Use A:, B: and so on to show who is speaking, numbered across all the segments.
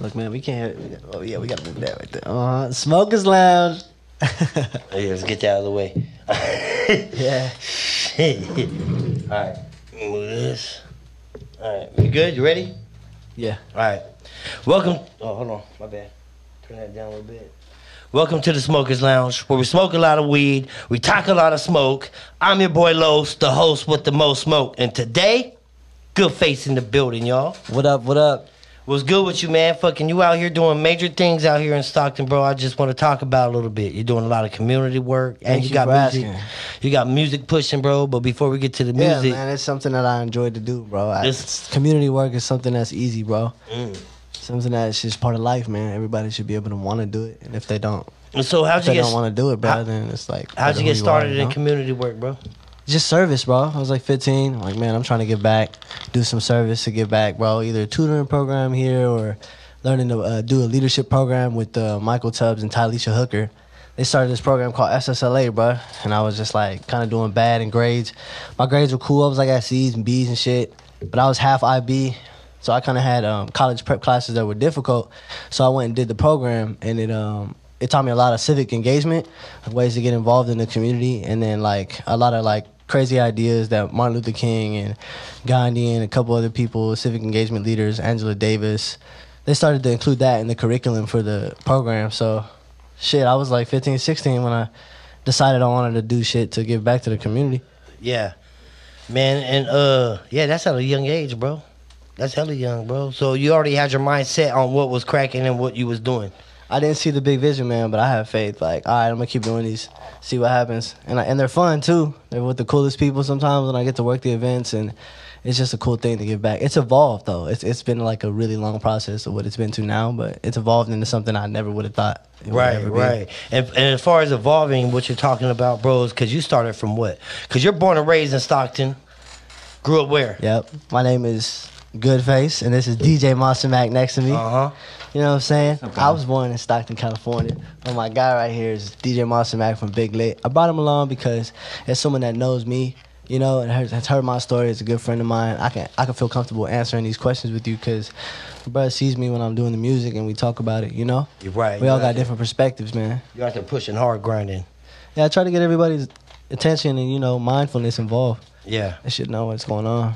A: Look, man, we can't. Have, oh yeah, we gotta move that right there. Uh, smokers lounge.
B: Hey, let's get that out of the way.
A: Yeah.
B: All right, move this. All right, you good? You ready?
A: Yeah.
B: All right. Welcome. Oh, hold on. My bad. Turn that down a little bit. Welcome to the Smokers Lounge, where we smoke a lot of weed, we talk a lot of smoke. I'm your boy Los, the host with the most smoke, and today, good face in the building, y'all.
A: What up? What up?
B: What's good with you, man? Fucking you out here doing major things out here in Stockton, bro. I just want to talk about a little bit. You're doing a lot of community work, and
A: Thank
B: you,
A: you
B: got
A: for
B: music.
A: asking.
B: You got music pushing, bro. But before we get to the
A: Yeah,
B: music,
A: man, it's something that I enjoy to do, bro. I,
B: It's-
A: community work is something that's easy, bro.
B: Mm.
A: Something that's just part of life, man. Everybody should be able to want to do it, and if they don't,
B: so how'd
A: if
B: you
A: they
B: get
A: don't want to do it, bro,
B: how-
A: then it's like
B: how'd you
A: who
B: get
A: are,
B: started
A: you
B: in
A: know?
B: community work, bro?
A: Just service, bro. I was like 15. I'm like, man, I'm trying to give back, do some service to give back, bro. Either a tutoring program here or learning to uh, do a leadership program with uh, Michael Tubbs and Tyleisha Hooker. They started this program called SSLA, bro. And I was just like kind of doing bad in grades. My grades were cool. I was like at C's and B's and shit. But I was half IB. So I kind of had um, college prep classes that were difficult. So I went and did the program, and it um, it taught me a lot of civic engagement, like ways to get involved in the community, and then like a lot of like crazy ideas that Martin Luther King and Gandhi and a couple other people, civic engagement leaders, Angela Davis, they started to include that in the curriculum for the program. So, shit, I was like 15, 16 when I decided I wanted to do shit to give back to the community.
B: Yeah, man, and uh, yeah, that's at a young age, bro. That's hella young, bro. So you already had your mind set on what was cracking and what you was doing.
A: I didn't see the big vision, man, but I have faith. Like, all right, I'm gonna keep doing these, see what happens, and I, and they're fun too. They're with the coolest people sometimes, and I get to work the events, and it's just a cool thing to give back. It's evolved though. It's it's been like a really long process of what it's been to now, but it's evolved into something I never would have thought. It would
B: Right,
A: ever be.
B: right. And, and as far as evolving, what you're talking about, bro, is because you started from what? Because you're born and raised in Stockton, grew up where?
A: Yep. My name is Goodface, and this is DJ Monster Mac next to me.
B: Uh huh.
A: You know what I'm saying? I was born in Stockton, California, but my guy right here is DJ Monster Mac from Big Lit. I brought him along because as someone that knows me, you know, and has, has heard my story, is a good friend of mine. I can I can feel comfortable answering these questions with you because brother sees me when I'm doing the music and we talk about it. You know,
B: You're right.
A: we all
B: You're out
A: got
B: there-
A: different perspectives, man.
B: You're out there pushing hard, grinding.
A: Yeah, I try to get everybody's attention and you know mindfulness involved.
B: Yeah,
A: They should know what's going on.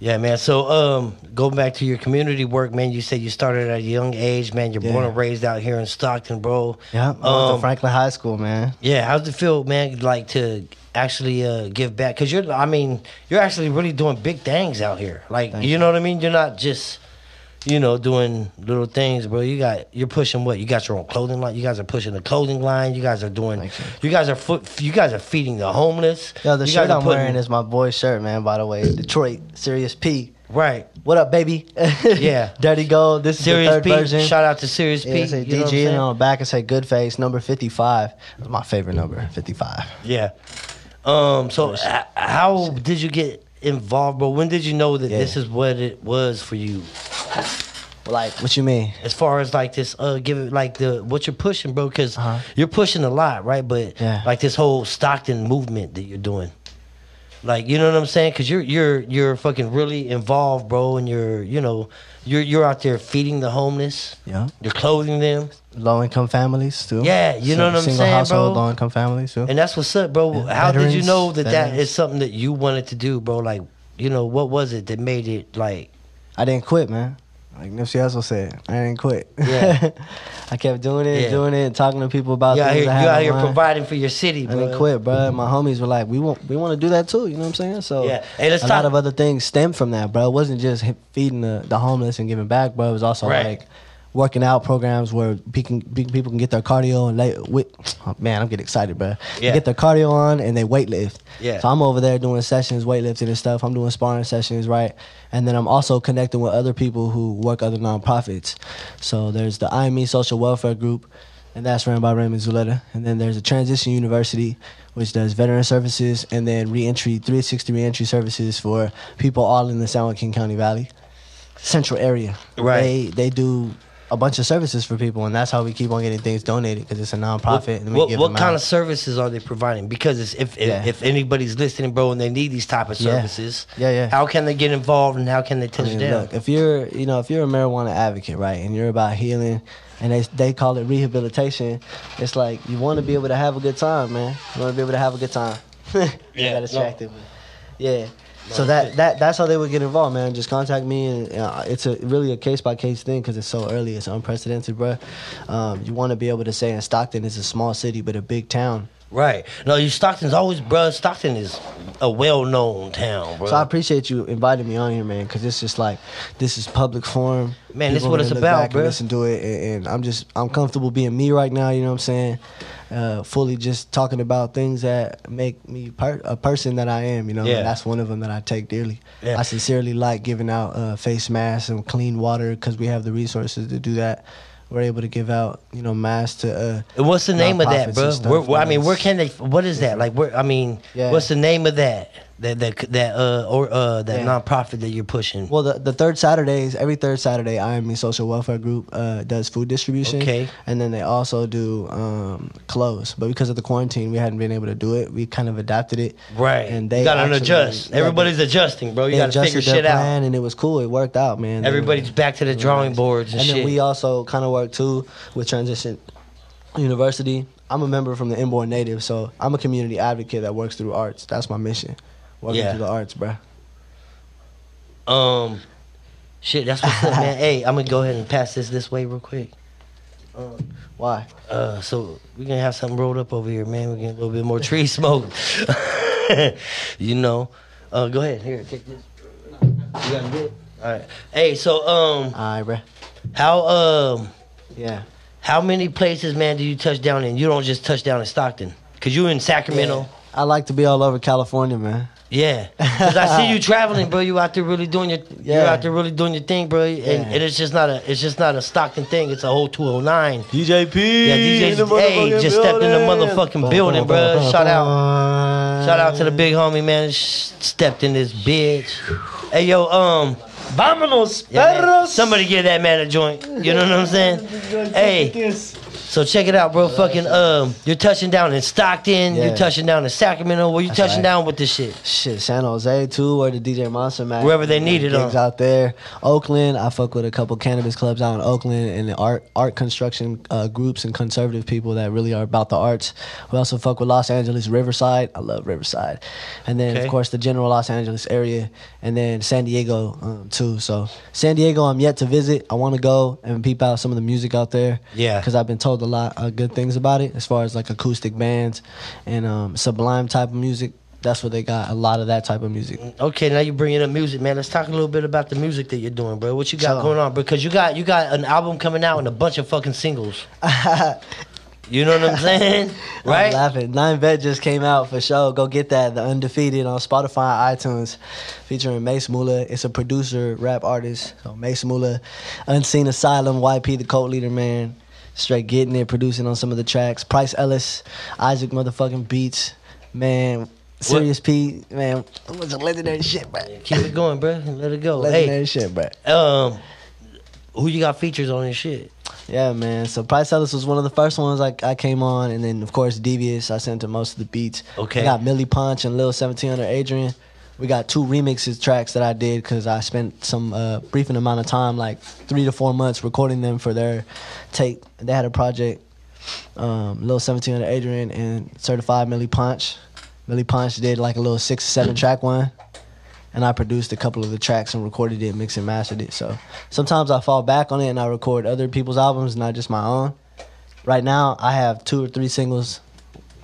B: yeah, man. So, um, going back to your community work, man. You said you started at a young age, man. You're born
A: Yeah.
B: and raised out here in Stockton, bro.
A: Yeah, I went
B: Um,
A: to Franklin High School, man.
B: Yeah, how's it feel, man? Like to actually uh, give back because you're, I mean, you're actually really doing big things out here. Like,
A: Thank
B: you,
A: you.
B: know what I mean? You're not just, you know, doing little things, bro. You got, you're pushing what? You got your own clothing line. You guys are pushing the clothing line. You guys are doing, you.
A: Thank you.
B: guys are foot, you guys are feeding the homeless.
A: Yo, the
B: you
A: shirt
B: guys are
A: I'm
B: putting-
A: wearing is my boy's shirt, man. By the way, Detroit Serious P.
B: right.
A: What up, baby?
B: Yeah.
A: Dirty Gold. This is the
B: Serious
A: third
B: P.
A: version.
B: Shout out to Serious
A: yeah,
B: P.
A: it say
B: you know what I'm
A: DG, and
B: saying?
A: on the back it say Good Face, number 55. That's my favorite number, 55.
B: Yeah. Um. So, h- how did you get involved, bro? When did you know that
A: Yeah.
B: this is what it was for you?
A: Like, what you mean?
B: as far as like this uh giving like the what you're pushing bro because
A: Uh-huh.
B: you're pushing a lot right but
A: Yeah.
B: like this whole stockton movement that you're doing like you know what i'm saying because you're you're you're fucking really involved bro and you're you know you're you're out there feeding the homeless
A: Yeah.
B: you're clothing them
A: Low income families, too.
B: Yeah, you know what I'm
A: single
B: saying,
A: household,
B: bro?
A: low income families, too.
B: and that's what's up bro
A: Yeah,
B: how did you
A: veterans,
B: know that that
A: veterans.
B: is something that you wanted to do bro like you know what was it that made it like
A: I didn't quit, man. Like Nipsey Hussle said, I didn't quit.
B: Yeah.
A: I kept doing it,
B: Yeah.
A: doing it, talking to people about
B: you out
A: things
B: here, you
A: I had
B: out
A: in
B: here
A: mind.
B: providing for your city
A: I
B: bro
A: didn't quit, bro. My homies were like, "We want, we want to do that too." You know what I'm saying? So
B: Yeah. Hey, let's
A: a
B: talk-
A: lot of other things stem from that, bro. It wasn't just him feeding the, the homeless and giving back, bro. It was also
B: Right.
A: like working out programs where pe- can- pe- people can get their cardio and lay. With, oh, man, I'm getting excited, bro. They
B: Yeah.
A: Get their cardio on and they weight lift.
B: Yeah.
A: So I'm over there doing sessions, weightlifting and stuff. I'm doing sparring sessions, right? And then I'm also connecting with other people who work other nonprofits. So there's the IME Social Welfare Group, and that's ran by Raymond Zuleta. And then there's the Transition University, which does veteran services and then reentry 360 reentry services for people all in the San Joaquin County Valley, central area.
B: Right.
A: They they do a bunch of services for people, and that's how we keep on getting things donated because it's a nonprofit.
B: What,
A: and we
B: what,
A: give
B: what
A: them
B: kind
A: out.
B: of services are they providing? Because it's, if, if
A: Yeah.
B: if anybody's listening, bro, and they need these type of
A: Yeah.
B: services,
A: Yeah, yeah.
B: how can they get involved and how can they
A: I
B: touch
A: mean,
B: down?
A: look, if you're, you know, if you're a marijuana advocate, right, and you're about healing, and they they call it rehabilitation, it's like you want to be able to have a good time, man. You want to be able to have a good time. I
B: Yeah,
A: got
B: no.
A: distracted. but- Yeah. So that, that that's how they would get involved, man. Just contact me, and uh, it's a really a case by case thing because it's so early, it's unprecedented, bro. Um, you want to be able to say, in Stockton is a small city but a big town.
B: Right. No, you Stockton's always, bro. Stockton is a well-known town, bro.
A: So I appreciate you inviting me on here, man, because it's just like this is public forum.
B: Man, this
A: People
B: what
A: gonna
B: it's
A: look
B: about,
A: back
B: bruh.
A: And listen to it, and, and I'm just I'm comfortable being me right now. You know what I'm saying? Uh, fully just talking about things that make me per- a person that I am. You know,
B: Yeah.
A: and that's one of them that I take dearly.
B: Yeah.
A: I sincerely like giving out uh, face masks and clean water because we have the resources to do that. We're able to give out, you know, masks to. Uh,
B: And what's the name of
A: nonprofits
B: that,
A: and
B: bro?
A: stuff,
B: Where, where- I mean,
A: man.
B: where can they? What is that? Like, where? I mean,
A: Yeah.
B: what's the name of that? That that that uh or uh that
A: Yeah.
B: nonprofit that you're pushing?
A: Well, the, the third Saturdays, every third Saturday, IME Social Welfare Group uh, does food distribution.
B: Okay.
A: And then they also do um, clothes. But because of the quarantine, we hadn't been able to do it. We kind of adapted it.
B: right.
A: And they
B: you gotta
A: actually-
B: adjust.
A: yeah,
B: Everybody's
A: they-
B: adjusting, bro. You
A: they
B: gotta
A: adjusted
B: figure
A: their
B: shit out.
A: plan, And it was cool. It worked out, man. They were-
B: Everybody's back to the
A: they were
B: drawing
A: nice.
B: boards and, shit.
A: then we also kind of worked too with Transition University. I'm a member from the Inborn Native, so I'm a community advocate that works through arts. That's my mission. Working
B: Yeah.
A: through the arts, bruh.
B: um, shit. That's what's up, man. Hey, I'm gonna go ahead and pass this this way real quick.
A: Why?
B: Uh, so we're gonna have something rolled up over here, man. We're getting a little bit more tree smoke. you know. Uh, go ahead. Here, take this. You got it? All right. Hey, so um,
A: All right, bruh.
B: how um,
A: Yeah.
B: how many places, man, do you touch down in? You don't just touch down in Stockton, cause you in Sacramento.
A: I like to be all over California, man.
B: Yeah. Cause I see you traveling, bro. You out there really doing your, you're
A: Yeah.
B: out there really doing your thing, bro. And,
A: Yeah.
B: and it's just not a, it's just not a Stockton thing. It's a whole 209.
A: DJ P.
B: Yeah, DJ, hey, just stepped in the motherfucking building, bro. Shout out. Shout out
A: Uh.
B: to the big homie, man. Sh- stepped in this bitch. Hey, yo, um.
C: Vámonos,
B: yeah, man, somebody give that man a joint. You know what I'm saying? Hey, so check it out, bro. Fucking, um, you're touching down in Stockton. You're
A: Yeah.
B: touching down in Sacramento. Where you
A: That's
B: touching
A: right.
B: down with this shit?
A: Shit, San Jose too, or the DJ Monster Mac.
B: Wherever they uh. need it
A: Gigs
B: on.
A: out there. Oakland, I fuck with a couple cannabis clubs out in Oakland and the art art construction uh, groups and conservative people that really are about the arts. We also fuck with Los Angeles Riverside. I love Riverside, and then
B: Okay.
A: of course the general Los Angeles area, and then San Diego um, too. So San Diego, I'm yet to visit. I want to go and peep out some of the music out there.
B: Yeah.
A: because I've been told a lot of good things about it as far as like acoustic bands and um, sublime type of music. That's what they got. A lot of that type of music.
B: Okay, now you bringing up music, man. Let's talk a little bit about the music that you're doing, bro. What you got
A: Sure.
B: going on? Because you got you got an album coming out and a bunch of fucking singles. You know what I'm saying,
A: I'm
B: right?
A: laughing. Nine Vet just came out for sure. Go get that. The Undefeated on Spotify, iTunes, featuring Mace Mula. It's a producer, rap artist. So Mace Mula, Unseen Asylum, YP, the cult leader, man. Straight getting it, producing on some of the tracks. Price Ellis, Isaac motherfucking Beats, man. Serious P, man. It was a legendary shit, bro.
B: Keep it going, bro. Let it go.
A: Legendary
B: Hey,
A: shit, bro.
B: um, who you got features on this shit?
A: Yeah, man. So Price Ellis was one of the first ones I, I came on, and then of course Devious. I sent to most of the beats.
B: Okay.
A: We got Millie Punch and Lil Seventeen Hundred Adrian. We got two remixes tracks that I did because I spent some uh, briefing amount of time, like three to four months, recording them for their tape. They had a project, um, Lil Seventeen Hundred Adrian and Certified Millie Punch. Millie Punch did like a little six seven track one and I produced a couple of the tracks and recorded it, mixed and mastered it. So sometimes I fall back on it and I record other people's albums, not just my own. Right now, I have two or three singles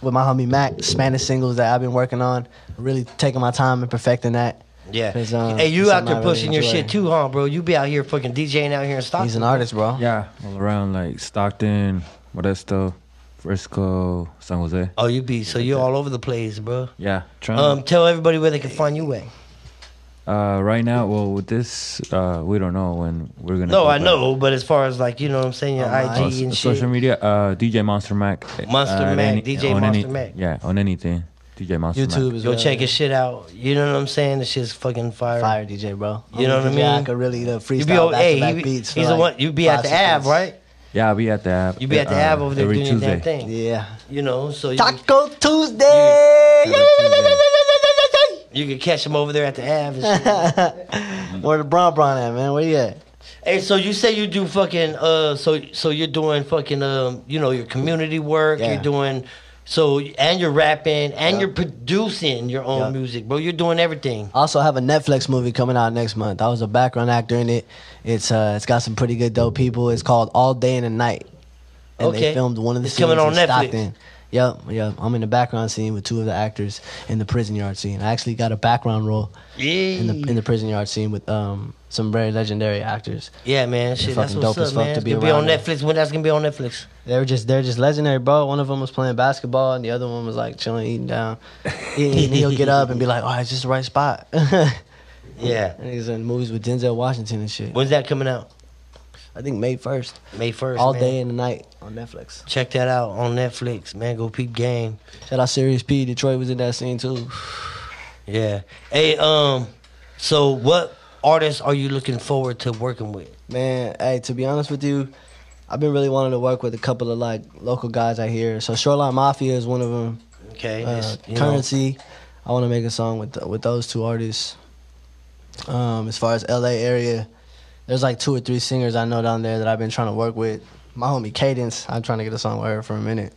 A: with my homie Mac, Spanish singles that I've been working on, really taking my time and perfecting that.
B: Yeah.
A: 'Cause, um,
B: hey, you out
A: something I
B: there
A: really
B: pushing your
A: enjoy.
B: shit too, huh, bro? You be out here fucking DJing out here in Stockton.
A: He's an artist, bro.
C: Yeah, all around like Stockton, Modesto, Frisco, San Jose.
B: Oh, you be so you're all over the place, bro.
C: Yeah, trying.
B: Um, tell everybody where they can find you at.
C: uh, right now, well, with this, uh, we don't know when we're gonna.
B: No,
C: go
B: I
C: back.
B: know, but as far as like you know what I'm saying, your
A: Online.
C: Oh,
B: IG and
C: so- social
B: shit.
C: media, uh, DJ Monster Mac.
B: Monster
C: at
B: Mac, DJ
C: on
B: Monster Mac.
C: Yeah, on anything. DJ Monster. Mac.
A: YouTube is
B: Go
A: where-
B: check his shit out. You know what I'm saying? This shit's fucking fire.
A: Fire DJ, bro.
B: You know what I
A: DJ
B: mean?
A: I could really the
B: You be
A: freestyle
B: over,
A: back to
B: hey,
A: back
B: he,
A: beats.
B: he's
A: for
B: the
A: like
B: one. You be at
A: five
B: the Ave,
A: seconds.
B: right?
C: Yeah, we at the app. uh,
B: You be at the Ave over there
C: every
B: doing your damn
C: Tuesday.
B: thing.
A: Yeah.
B: You know, so you,
A: Taco Tuesday.
C: Every Tuesday.
B: you can catch him over there at the Ave. And shit.
A: Where the Bron Bron at, man? Where you at?
B: hey, so you say you do fucking uh, so so you're doing fucking um, you know, your community work.
A: Yeah.
B: You're doing so and you're rapping and
A: Yeah.
B: you're producing your own
A: Yeah.
B: music, bro. You're doing everything.
A: Also, I have a Netflix movie coming out next month. I was a background actor in it. It's uh, it's got some pretty good dope people. It's called All Day and a Night, and
B: Okay.
A: they filmed one of the
B: It's
A: scenes
B: coming on
A: in
B: Netflix.
A: Stockton. Yep, yep. I'm in the background scene with two of the actors in the prison yard scene. I actually got a background role
B: Yeah,
A: in the in the prison yard scene with um some very legendary actors.
B: yeah, man. Shit, that's
A: fucking
B: what's
A: dope as
B: up,
A: fuck
B: man.
A: to
B: It's
A: be
B: gonna be
A: around
B: on
A: there.
B: Netflix. When that's gonna be on Netflix?
A: They were just they're just legendary, bro. One of them was playing basketball, and the other one was like chilling, eating down. He- and he'll get up and be like, "Oh, it's just the right spot." and
B: Yeah.
A: he's in movies with Denzel Washington and shit.
B: When's that coming out?
A: I think May first.
B: May first.
A: all
B: man.
A: day and the night on Netflix.
B: Check that out on Netflix, man. Go peep game.
A: Shout out Serious P. Detroit was in that scene too.
B: Yeah. Hey, um, so what artists are you looking forward to working with?
A: Man, hey, to be honest with you, I've been really wanting to work with a couple of like local guys out here. So Shoreline Mafia is one of them.
B: Okay.
A: Uh,
B: it's, you know,
A: Currency. I want to make a song with th- with those two artists. Um, as far as L.A. area, there's like two or three singers I know down there that I've been trying to work with. My homie Cadence, I'm trying to get a song with her for a minute.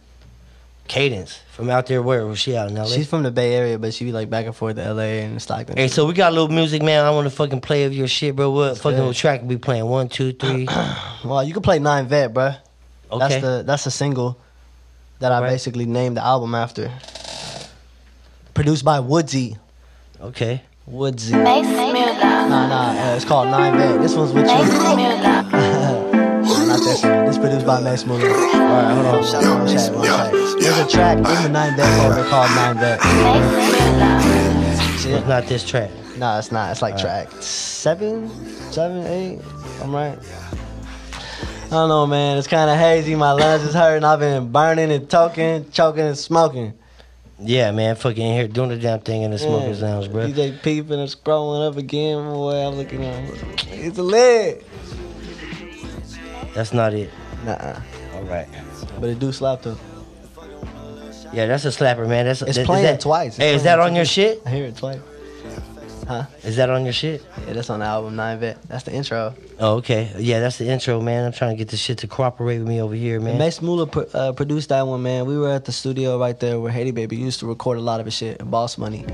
B: Cadence from out there. Where was she out in LA?
A: She's from the Bay Area, but she be like back and forth to L.A. and Stockton.
B: hey, so we got a little music, man. I want to fucking play of your shit, bro. What fucking
A: good.
B: track we playing? One, two, three.
A: Well, you can play Nine Vet, bruh.
B: Okay.
A: That's the that's the single that I
B: Right.
A: basically named the album after. Produced by Woodsy.
B: okay.
A: Woodsy. Nah,
D: Mace Mueller.
A: nah. Uh, it's called Nine Vet. This one's with you.
D: Mace
A: Nah,
D: Mueller.
A: Not this one. This produced by Max Muller. All right, hold on. Shut up. One track. One track. There's a track in the Nine Vet folder called Nine Vet.
D: Mace Mueller.
B: It's not this track.
A: Nah, it's not. It's like track seven, seven, eight. I'm right. I don't know, man. It's kind of hazy. My lungs is hurting. I've been burning and talking, choking and smoking.
B: Yeah, man. Fucking here doing the damn thing in the smokers
A: Yeah.
B: lounge, bro.
A: DJ peeping and scrolling up again. Boy, I'm looking at It's lit.
B: That's not it.
A: Nah,
B: All right.
A: but it do slap though.
B: Yeah, that's a slapper, man. That's a,
A: It's
B: is
A: playing
B: that,
A: twice. It's
B: hey, is
A: playing
B: that on
A: twice.
B: your shit?
A: I hear it twice.
B: Is that on your shit?
A: Yeah, that's on the album Nine Vet. That's the intro.
B: Oh, okay. Yeah, that's the intro, man. I'm trying to get this shit to cooperate with me over here, man.
A: Max Muller pro- uh, produced that one, man. We were at the studio right there where Haiti Baby used to record a lot of his shit. and Boss Money,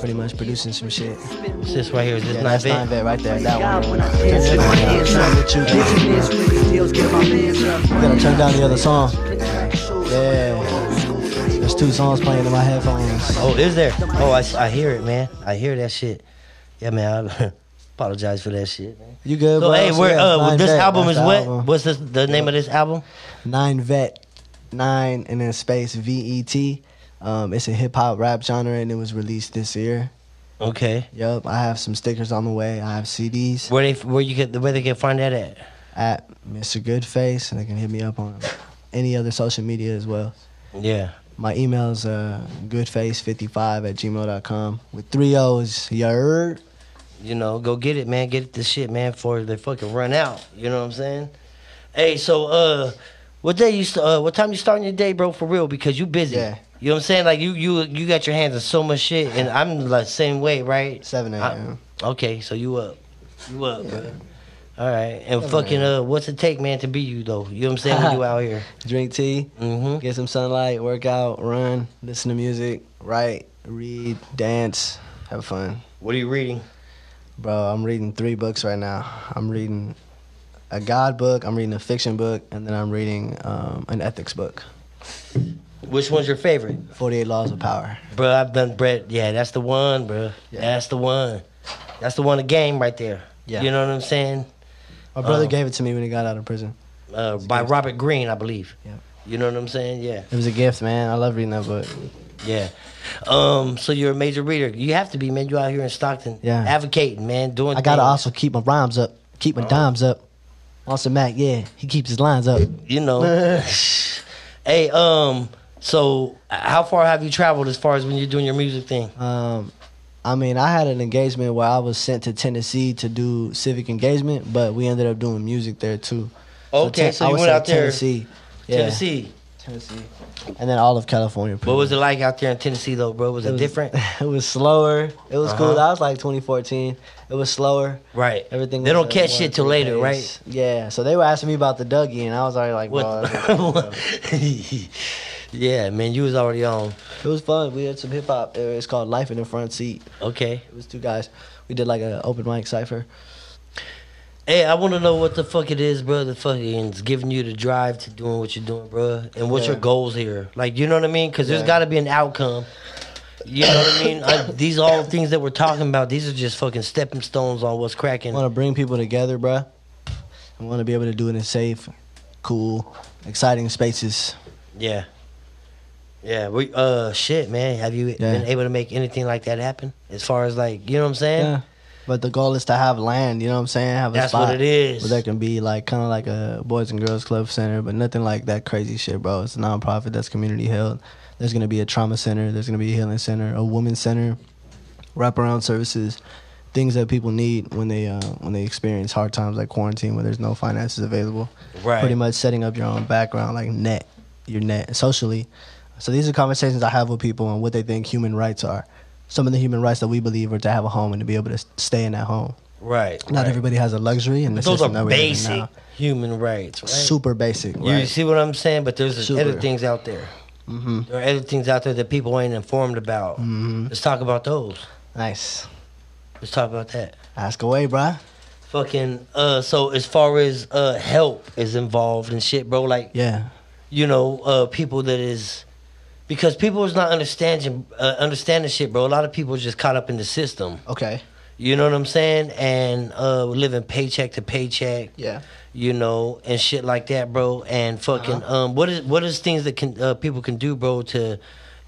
A: pretty much producing some shit.
B: What's this right here? Is this
A: Yeah,
B: not
A: that's Nine
B: big?
A: Vet right there. That one.
E: when I dance with my hands up. Business, niggas deals, get my man's
A: You
E: up.
A: gotta turn down the other song. Yeah, there's two songs playing in my headphones.
B: Oh, is there? Oh, I, I hear it, man. I hear that shit. Yeah, man. I apologize for that shit, man.
A: You good,
B: So,
A: bro?
B: hey,
A: So,
B: we're,
A: yeah,
B: uh,
A: Nine
B: this
A: Vet,
B: album
A: that's
B: is
A: the
B: what?
A: album.
B: What's this, the name of this album?
A: Nine Vet, nine and then space V E T. Um, it's a hip hop rap genre and it was released this year.
B: Okay.
A: Yup, I have some stickers on the way. I have CDs
B: Where they where you get where they can find that at?
A: at Mr. Goodface, and they can hit me up on any other social media as well.
B: Yeah.
A: My email is uh, goodface55 at gmail.com with three O's. Yerd.
B: You know, go get it, man. Get this shit, man, before they fucking run out. You know what I'm saying? Hey, so uh, what day you st- uh, what time you starting your day, bro? For real, because you busy.
A: Yeah.
B: You know what I'm saying? Like you you you got your hands in so much shit, and I'm like same way, right?
A: 7
B: I-
A: a.m.
B: Okay, so you up, you up, bro. All right, and fucking uh, what's it take, man, to be you though? You know what I'm saying? when you out here,
A: Drink tea,
B: hmm
A: get some sunlight, work out, run, listen to music, write, read, dance, have fun.
B: What are you reading?
A: Bro, I'm reading three books right now. I'm reading a God book, I'm reading a fiction book, and then I'm reading um, an ethics book.
B: Which one's your favorite,
A: 48 Laws of Power.
B: bro? I've done bread. Yeah, that's the one, bro.
A: Yeah.
B: That's the one. That's the one. The game right there.
A: Yeah.
B: You know what I'm saying?
A: My brother
B: Oh.
A: gave it to me when he got out of prison.
B: uh, by
A: gift.
B: Robert Greene, I believe.
A: Yeah.
B: You know what I'm saying? Yeah,
A: It was a gift, man. I love reading that book.
B: yeah. Um, so you're a major reader. You have to be, man. You out here in Stockton,
A: Yeah.
B: advocating, man, doing.
A: I gotta
B: things.
A: also keep my rhymes up, keep my
B: Uh-huh.
A: dimes up. Also, Mac, yeah, he keeps his lines up.
B: you know. hey, um, So, h- how far have you traveled as far as when you're doing your music thing?
A: Um, I mean, I had an engagement where I was sent to Tennessee to do civic engagement, but we ended up doing music there too.
B: Okay,
A: Ten-
B: so,
A: I
B: you
A: would
B: went
A: say
B: out there,
A: Tennessee, Yeah,
B: Tennessee.
A: Tennessee, and then all of California.
B: What was it like out there in Tennessee though, bro? Was it,
A: was-
B: different?
A: It was slower. It was
B: Uh-huh.
A: cool. That was like 2014. It was slower.
B: Right.
A: Everything.
B: They
A: was
B: don't
A: at
B: catch
A: one,
B: shit till
A: two
B: later,
A: days.
B: right?
A: Yeah. So they were asking me about the Dougie, and I was already like, "Bro,
B: What?
A: that's not good, bro."
B: yeah, man, you was already on.
A: it was fun. We had some hip hop. It's called Life in the Front Seat.
B: Okay.
A: It was two guys. We did like an open mic cipher.
B: Hey, I want to know what the fuck it is, bro. The fucking is giving you the drive to doing what you're doing, bro. And what's
A: Yeah.
B: your goals here? Like, you know what I mean? Because there's
A: Yeah.
B: got to be an outcome. You know what I mean? I, these all things that we're talking about. These are just fucking stepping stones on what's cracking.
A: want to bring people together, bruh. I want to be able to do it in safe, cool, exciting spaces.
B: Yeah. Yeah, we uh shit, man. Have you
A: Yeah.
B: been able to make anything like that happen? As far as like, you know what I'm saying?
A: But the goal is to have land, you know what I'm saying? Have a
B: That's
A: spot
B: what it is.
A: Where that can be like kind of like a Boys and Girls Club Center, but nothing like that crazy shit, bro. It's a nonprofit that's community held. There's going to be a trauma center, there's going to be a healing center, a women's center, wraparound services, things that people need when they uh, when they experience hard times like quarantine where there's no finances available.
B: Right.
A: pretty much setting up your own background, like net, your net socially. So these are conversations I have with people on what they think human rights are. Some of the human rights that we believe are to have a home and to be able to s- stay in that home.
B: Right.
A: Not
B: right.
A: everybody has a luxury, and the
B: Those
A: system
B: are
A: that we
B: basic
A: Now.
B: human rights, right?
A: Super basic.
B: You
A: right?
B: see what I'm saying? But there's
A: Super.
B: other things out there.
A: Mhm.
B: There are other things out there that people ain't informed about.
A: Mhm.
B: Let's talk about those.
A: Nice.
B: Let's talk about that.
A: Ask away, bruh.
B: Fucking uh so as far as uh help is involved and shit, bro, like
A: Yeah.
B: you know, uh, people that is because people is not understanding uh, understanding shit, bro. A lot of people just caught up in the system.
A: Okay.
B: You know what I'm saying? And uh, living paycheck to paycheck.
A: Yeah.
B: You know, and shit like that, bro. And fucking,
A: Uh-huh.
B: um, what is what is things that can uh, people can do, bro, to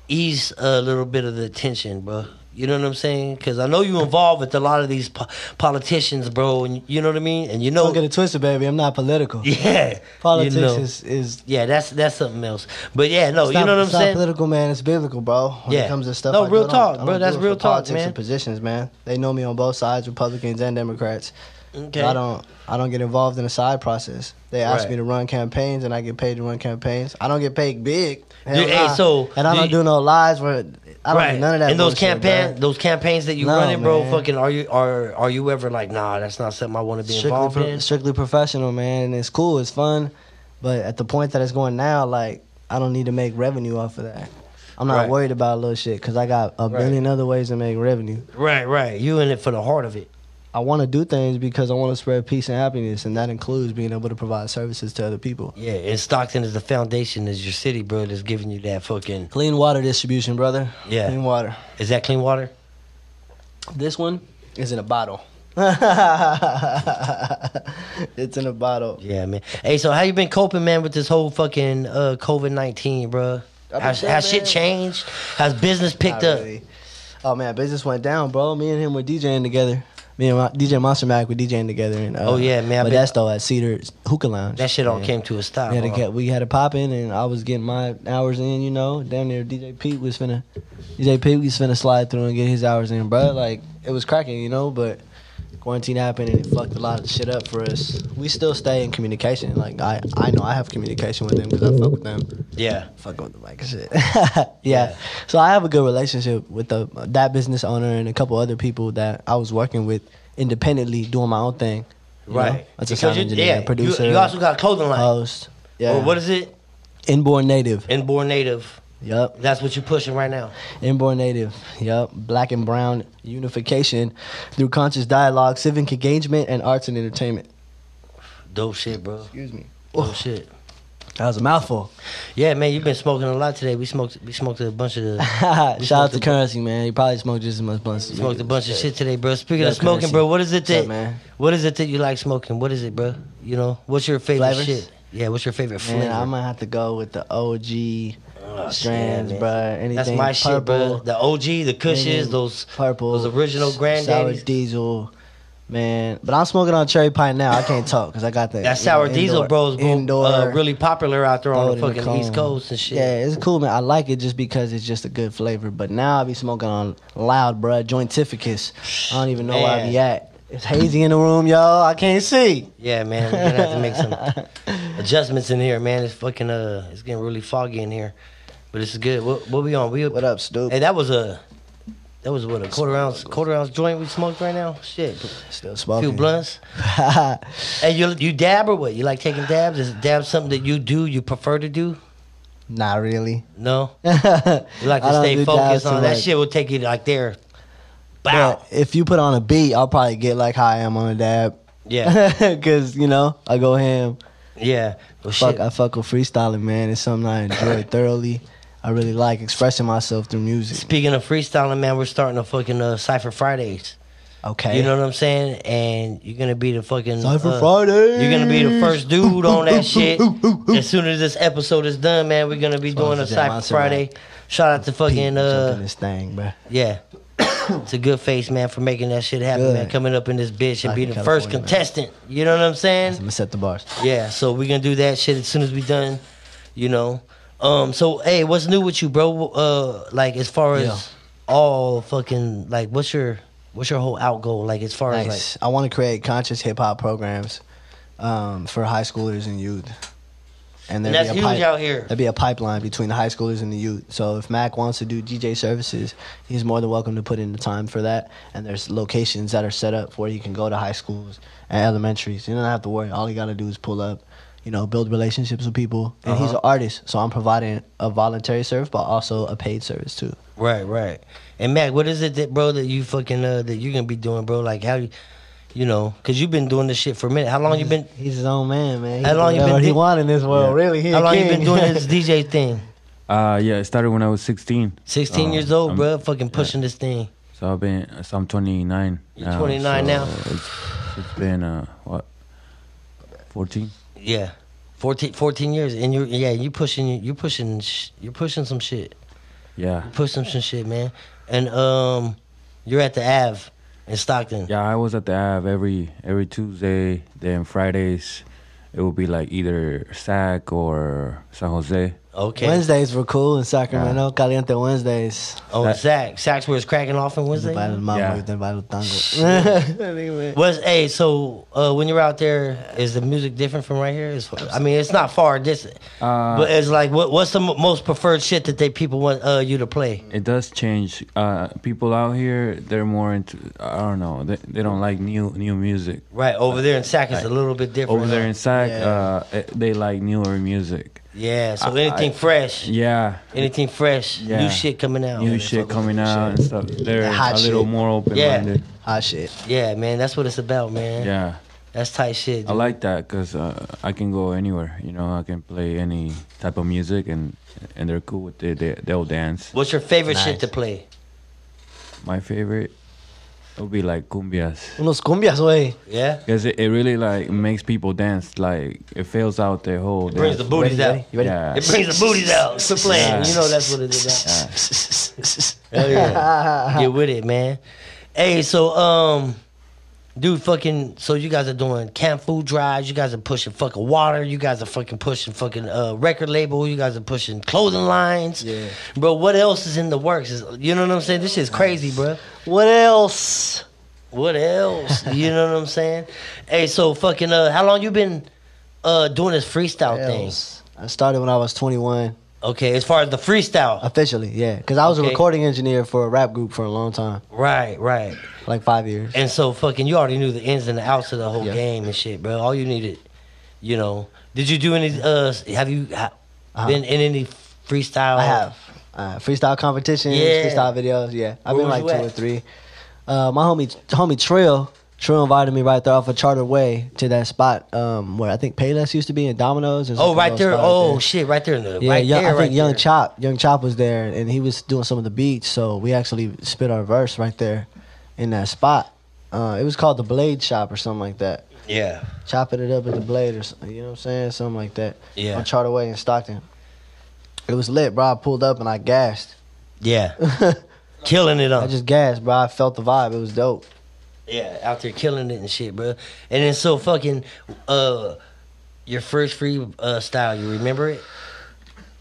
B: ease a little bit of the tension, bro. You know what I'm saying? Because I know you involved with a lot of these po- politicians, bro. And you know what I mean. And you know,
A: Don't get it twisted, baby. I'm not political.
B: yeah, you
A: Politics
B: know.
A: is, is
B: Yeah, that's that's something else. But yeah, no,
A: It's
B: you
A: not-
B: know what I'm
A: it's not
B: saying.
A: political, man. It's biblical, bro. When
B: Yeah.
A: it comes to stuff.
B: No,
A: like
B: real
A: that, I don't-
B: talk,
A: I don't
B: bro.
A: do
B: That's
A: it for
B: real talk,
A: politics
B: man.
A: And positions, man. They know me on both sides, Republicans and Democrats.
B: Okay.
A: I don't. I don't get involved in the side process. They ask
B: Right.
A: me to run campaigns, and I get paid to run campaigns. I don't get paid big. Hell
B: Dude, hey,
A: nah.
B: so-
A: and I don't
B: you-
A: do no lies. Where I don't do none of that.
B: And those
A: bullshit,
B: campaign,
A: bro.
B: those campaigns that you
A: No,
B: running, bro.
A: man.
B: Fucking, are you are are you ever like, nah, that's not something I want to be
A: strictly,
B: involved
A: pro-
B: in?
A: strictly professional, man. And it's cool. It's fun. But at the point that it's going now, like I don't need to make revenue off of that. I'm not
B: Right.
A: worried about little shit because I got a
B: Right.
A: billion other ways to make revenue.
B: Right, right. You in it for the heart of it.
A: I want to do things because I want to spread peace and happiness, and that includes being able to provide services to other people.
B: Yeah, and Stockton is the foundation, is your city, bro. That's giving you that fucking
A: Clean water distribution, brother.
B: Yeah.
A: Clean water.
B: is that clean water?
A: This one is in a bottle. it's in a bottle.
B: Yeah, man. Hey, so how you been coping, man, with this whole fucking uh, COVID nineteen, bro?
A: been
B: Has,
A: good,
B: has shit
A: man.
B: changed? Has business picked
A: Not
B: up?
A: really. Oh man, business went down, bro. Me and him were DJing together. Me and my, DJ Monster Mac were DJing together. And, uh,
B: Oh, yeah, man, I
A: But
B: bet-
A: that's though at Cedar Hookah Lounge.
B: That shit all
A: Yeah.
B: came to a stop.
A: We had, to
B: huh?
A: get, we had it popping, and I was getting my hours in. You know, damn near DJ Pete was finna, DJ Pete was finna slide through and get his hours in, bro. Like it was cracking, you know. But quarantine happened, and it fucked a lot of shit up for us. We still stay in communication. Like I, I know I have communication with them because I fuck with them.
B: Yeah.
A: Fuck with the mic and shit. yeah. So I have a good relationship with the, that business owner and a couple other people that I was working with independently doing my own thing. you know?
B: Right.
A: That's a
B: Because
A: sound
B: you-
A: engineer,
B: yeah, you-
A: producer,
B: You, also got a clothing line.
A: host. Yeah.
B: Or what is it?
A: Inborn native.
B: Inborn native.
A: Yep.
B: That's what you're pushing right now.
A: Inborn native. Yep. Black and brown unification through conscious dialogue, civic engagement, and arts and entertainment.
B: Dope shit, bro.
A: Excuse me.
B: Dope shit.
A: That was a mouthful.
B: Yeah, man, you've been smoking a lot today. We smoked we smoked a bunch of the
A: Shout out to
B: smoked a-
A: Currency, man. He probably smoked just as much blunts as me.
B: smoked a bunch of shit today, bro. Speaking
A: Yeah,
B: of smoking,
A: currency.
B: bro, what is it
A: What's
B: that
A: up, man?
B: what is it that you like smoking? What is it, bro? You know, what's your favorite
A: Flavors?
B: shit? Yeah, what's your favorite flavor?
A: Man, I'm gonna have to go with the OG
B: Oh,
A: strands,
B: shit,
A: bro.
B: man.
A: Anything
B: That's my shit,
A: purple,
B: bro. The OG, the cushes,
A: anything
B: those
A: purple,
B: those original
A: sour
B: granddaddies.
A: diesel, Man, but I'm smoking on cherry pie now. I can't talk because I got that.
B: That
A: you
B: sour
A: know,
B: diesel
A: indoor-
B: bros boom,
A: indoor
B: uh, really popular out there on the
A: Golden
B: fucking
A: Cone.
B: East Coast and shit.
A: Yeah, it's cool, man. I like it just because it's just a good flavor. But now I be smoking on loud, bruh. Jointificus. I don't even know where I be at. It's hazy in the room, y'all. I can't see.
B: Yeah, man, we're gonna have to make some adjustments in here, man. It's fucking uh, it's getting really foggy in here, but it's good. What what we on? We
A: What up, Stu?
B: Hey, that was a that was what a quarter ounce quarter ounce joint we smoked right now. Shit,
A: Still
B: a
A: smoking.
B: few blunts. Hey, you you dab or what? You like taking dabs? Is dab something that you do? You prefer to do?
A: Not really.
B: No,
A: I
B: you like to
A: don't
B: stay
A: do
B: focused
A: dabs too
B: on that
A: much.
B: shit. Will take you like there. Bow.
A: But if you put on a beat, I'll probably get like how I am on a dab.
B: Yeah,
A: Because, you know, I go ham.
B: yeah. Well, shit.
A: Fuck, I fuck with freestyling, man. It's something I enjoy thoroughly. I really like expressing myself through music.
B: Speaking of freestyling, man, we're starting a fucking uh, Cypher Fridays.
A: Okay.
B: You know what I'm saying? And you're gonna be the fucking
A: Cypher
B: uh,
A: Friday.
B: You're gonna be the first dude on that shit. As soon as this episode is done, man, we're gonna be
A: long
B: doing a
A: as it's that
B: Cypher
A: monster
B: Friday. Shout out to fucking
A: Jumping
B: uh
A: this thing, bruh.
B: yeah. it's a good face, man, for making that shit happen, man.
A: Good.
B: Coming up in this bitch and
A: Like
B: be
A: in
B: the first
A: California, man.
B: contestant. You know what I'm
A: I'm
B: saying?
A: gonna set the bars.
B: Yeah, so we're gonna do that shit as soon as we done, you know. Um so hey, what's new with you, bro? Uh like as far as
A: Yeah.
B: all fucking like what's your what's your whole out goal? Like as far as like
A: Nice. I want to create conscious hip hop programs um, for high schoolers and youth. And
B: And
A: there'd
B: that's
A: be a
B: huge out here.
A: There'd be a pipeline between the high schoolers and the youth. So if Mac wants to do DJ services, he's more than welcome to put in the time for that. And there's locations that are set up where you can go to high schools and elementaries. You don't have to worry. All you got to do is pull up, you know, build relationships with people. And he's an
B: Uh-huh.
A: artist, so I'm providing a voluntary service, but also a paid service too.
B: Right, right. And Mac, what is it that, bro, that you fucking uh, that you gonna be doing, bro? Like how, you, you know, cause you've been doing this shit for a minute. How long you been?
A: He's his own man, man. He
B: How
A: can
B: long
A: do
B: you
A: whatever
B: been
A: he
B: di-
A: want in this world? Really, he a
B: How long you
A: king.
B: been doing this DJ thing?
C: Uh, yeah, it started when I was 16.
B: 16
C: Um,
B: years old,
C: I'm-
B: bro. Fucking pushing this thing.
C: So I've been, so I'm 29.
B: You're 29
C: so
B: now.
C: It's, it's been uh, what, 14?
B: Yeah, 14, 14 years, and you, yeah, you pushing, you pushing, sh- you pushing some shit,
C: Yeah.
B: pushing some shit, man. And um, you're at the Ave in Stockton.
C: Yeah, I was at the Ave every every Tuesday. Then Fridays, it would be like either Sac or San Jose.
B: Okay.
A: Wednesdays were cool in Sacramento. Caliente Wednesdays.
B: Oh, Zach, Zach's where it's cracking off on Wednesday.
A: Vale mambo,
C: Yeah.
A: then vale tango.
B: Was hey so uh, when you're out there, is the music different from right here? It's, I mean, it's not far distant,
C: Uh,
B: but it's like what, what's the mo- most preferred shit that they people want uh, you to play?
C: It does change. Uh, people out here, they're more into. I don't know. They, they don't like new new music.
B: Right over there in Sac is a little bit different.
C: Over there in Sac,
A: Yeah.
C: uh, eh, they like newer music.
B: yeah. So
C: I-
B: anything
C: I-
B: fresh,
C: Yeah,
B: anything fresh,
C: Yeah.
B: new shit coming out.
C: new shit coming out and stuff. They're
A: hot
C: a little
A: shit.
C: more open minded.
A: Hot shit.
B: Yeah, man, that's what it's about, man.
C: Yeah.
B: that's tight shit.
C: I like that because uh, I can go anywhere. You know, I can play any type of music, and and they're cool with it. They, they'll dance.
B: What's your favorite shit
A: Nice.
B: to play?
C: My favorite would be like cumbias.
A: Unos cumbias, way.
B: Yeah,
C: Because it, it really like makes people dance. Like it fills out their whole.
B: brings
C: dance.
B: the booties out.
A: You ready?
C: Yeah.
B: It brings the booties out. It's playing.
C: Yeah.
B: You know that's what it is. About. Hell yeah. Get with it, man. Hey, so um dude fucking so you guys are doing camp food drives, you guys are pushing fucking water, you guys are fucking pushing fucking uh record label, you guys are pushing clothing lines.
A: Yeah.
B: Bro, what else is in the works? Is, you know what I'm saying? This shit's crazy, bro.
A: What else?
B: What else? you know what I'm saying? Hey, so fucking uh how long you been uh doing this freestyle thing?
A: Else. I started when I was 21,
B: Okay, as far as the freestyle.
A: officially, yeah. Because I was
B: Okay.
A: a recording engineer for a rap group for a long time,
B: Right, right.
A: like five years.
B: And so fucking you already knew the ins and the outs of the whole
A: Yeah.
B: game and shit, bro. All you needed, you know. Did you do any uh have you ha-
A: Uh-huh.
B: been in any freestyle?
A: I have. Uh, freestyle competitions,
B: Yeah.
A: freestyle videos, yeah. I've
B: Where
A: been
B: was
A: like
B: you
A: two
B: at?
A: or three. Uh, my homie, homie Trill, Trill invited me right there off of Charter Way to that spot um, where I think Payless used to be and Domino's. There's
B: Oh,
A: like a
B: right
A: little
B: there.
A: spot
B: Oh
A: there.
B: shit, right there in the
A: Yeah,
B: right
A: young,
B: there.
A: I think
B: right
A: Young
B: there.
A: Chop, Young Chop was there, and he was doing some of the beats. So we actually spit our verse right there in that spot. Uh, it was called the Blade Shop or something like that.
B: Yeah.
A: Chopping it up at the Blade or something. You know what I'm saying? Something like that.
B: Yeah.
A: On Charterway in Stockton. It was lit, bro. I pulled up and I gassed.
B: Yeah. Killing it
A: I
B: on.
A: just gassed, bro. I felt the vibe. It was dope.
B: Yeah, out there killing it and shit, bro. And then so fucking uh your first free uh style, you remember it?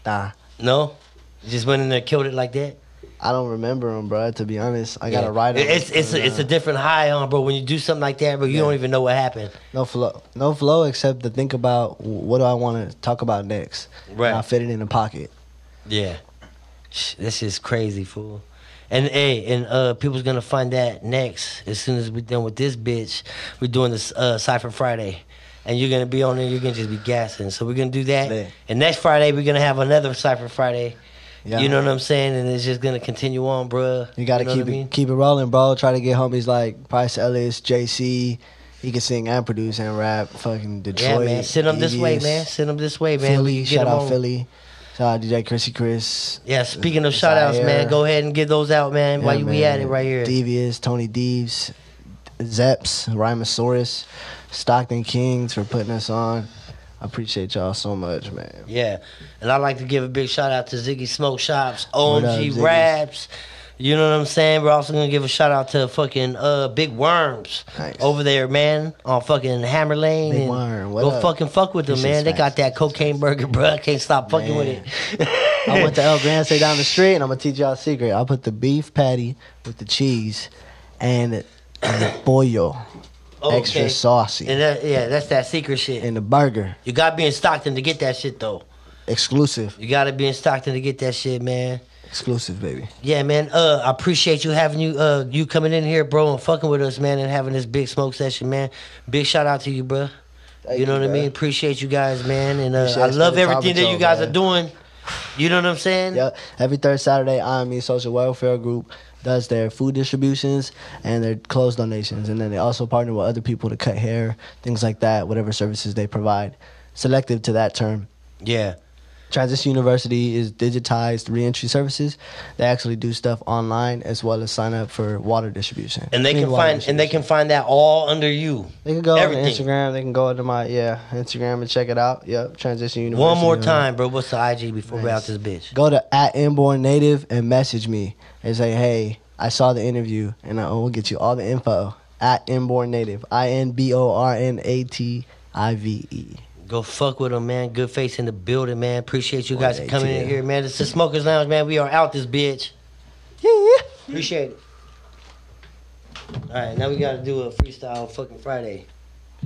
A: Nah,
B: No? You just went in there, killed it like that?
A: I don't remember them, bro. To be honest, I got
B: Yeah.
A: to write 'em.
B: It's it's a, it's a different high on, bro. When you do something like that, bro, you don't even know what happened.
A: No flow, no flow, except to think about w- what do I want to talk about next.
B: Right.
A: And I fit it in the pocket.
B: Yeah. Sh- This is crazy, fool. And hey, and uh people's gonna find that next. As soon as we're done with this bitch, we're doing this uh Cypher Friday. And you're gonna be on there, you're gonna just be gassing. So we're gonna do that.
A: Yeah.
B: And next Friday we're gonna have another Cypher Friday.
A: Yeah.
B: You know what I'm saying? And it's just gonna continue on, bruh.
A: You got to
B: know
A: keep
B: what I
A: it
B: mean?
A: keep it rolling, bro. Try to get homies like Price Ellis, JC. He can sing and produce and rap. Fucking
B: Yeah,
A: Detroit.
B: man. Send them this way,
A: Devious,
B: man. Send them this way, man.
A: Philly.
B: We can get
A: Shout
B: 'em
A: out
B: on.
A: Philly. Shout out DJ Chrissy Chris.
B: Yeah, speaking of shout outs, man,
A: Zaire.
B: go ahead and get those out, man, while
A: Yeah,
B: we at it
A: man.
B: right here.
A: Devious, Tony Deves, Zeps, Rhinosaurus, Stockton Kings for putting us on. I appreciate y'all so much, man.
B: Yeah, and I like to give a big shout out to Ziggy Smoke Shops,
A: What up,
B: OMG
A: Ziggy?
B: Raps. You know what I'm saying? We're also gonna give a shout out to fucking uh Big Worms
A: Nice.
B: over there, man, on fucking Hammer Lane.
A: Big
B: and
A: Worm, what
B: go
A: up?
B: fucking fuck with them,
A: This
B: man.
A: shit's
B: They got
A: nice.
B: that cocaine burger, bro. I can't stop fucking with
A: Man.
B: it.
A: I went to El Grande State down the street, and I'm gonna teach y'all a secret. I put the beef patty with the cheese and the pollo, extra saucy,
B: And that, yeah, that's that secret shit.
A: in the burger,
B: you gotta be in Stockton to get that shit though.
A: exclusive,
B: You gotta be in Stockton to get that shit, man.
A: exclusive, baby.
B: Yeah, man. Uh, I appreciate you having you uh you coming in here, bro, and fucking with us, man, and having this big smoke session, man. Big shout out to you, bro.
A: Thank
B: you know
A: you,
B: what I
A: bro.
B: mean? Appreciate you guys, man, and uh,
A: Appreciate
B: I
A: us
B: love
A: for the
B: everything that
A: Palmetto,
B: you guys
A: man.
B: are doing. You know what I'm saying?
A: Yeah, every third Saturday, IME Social Welfare Group does their food distributions and their clothes donations, and then they also partner with other people to cut hair, things like that, whatever services they provide. Selective to that term.
B: Yeah.
A: Transition University is digitized reentry services. They actually do stuff online as well as sign up for water distribution.
B: And they
A: Clean
B: can
A: water
B: find and they
A: distribution.
B: can find that all under you.
A: they can go
B: everything.
A: on Instagram. They can go to my yeah Instagram and check it out. Yep, Transition University.
B: One more
A: uh,
B: time, bro. What's the IG before we
A: Nice.
B: out this bitch?
A: Go to at Inborn Native and message me and say hey, I saw the interview and I will get you all the info at Inborn Native. I N B O R N A T I V E.
B: Go fuck with them, man. Good face in the building, man. Appreciate you
A: One
B: guys
A: day,
B: coming in
A: yeah.
B: here, man. It's the Smokers Lounge, man. We are out this bitch. Appreciate it. All right, now we gotta do a freestyle fucking Friday.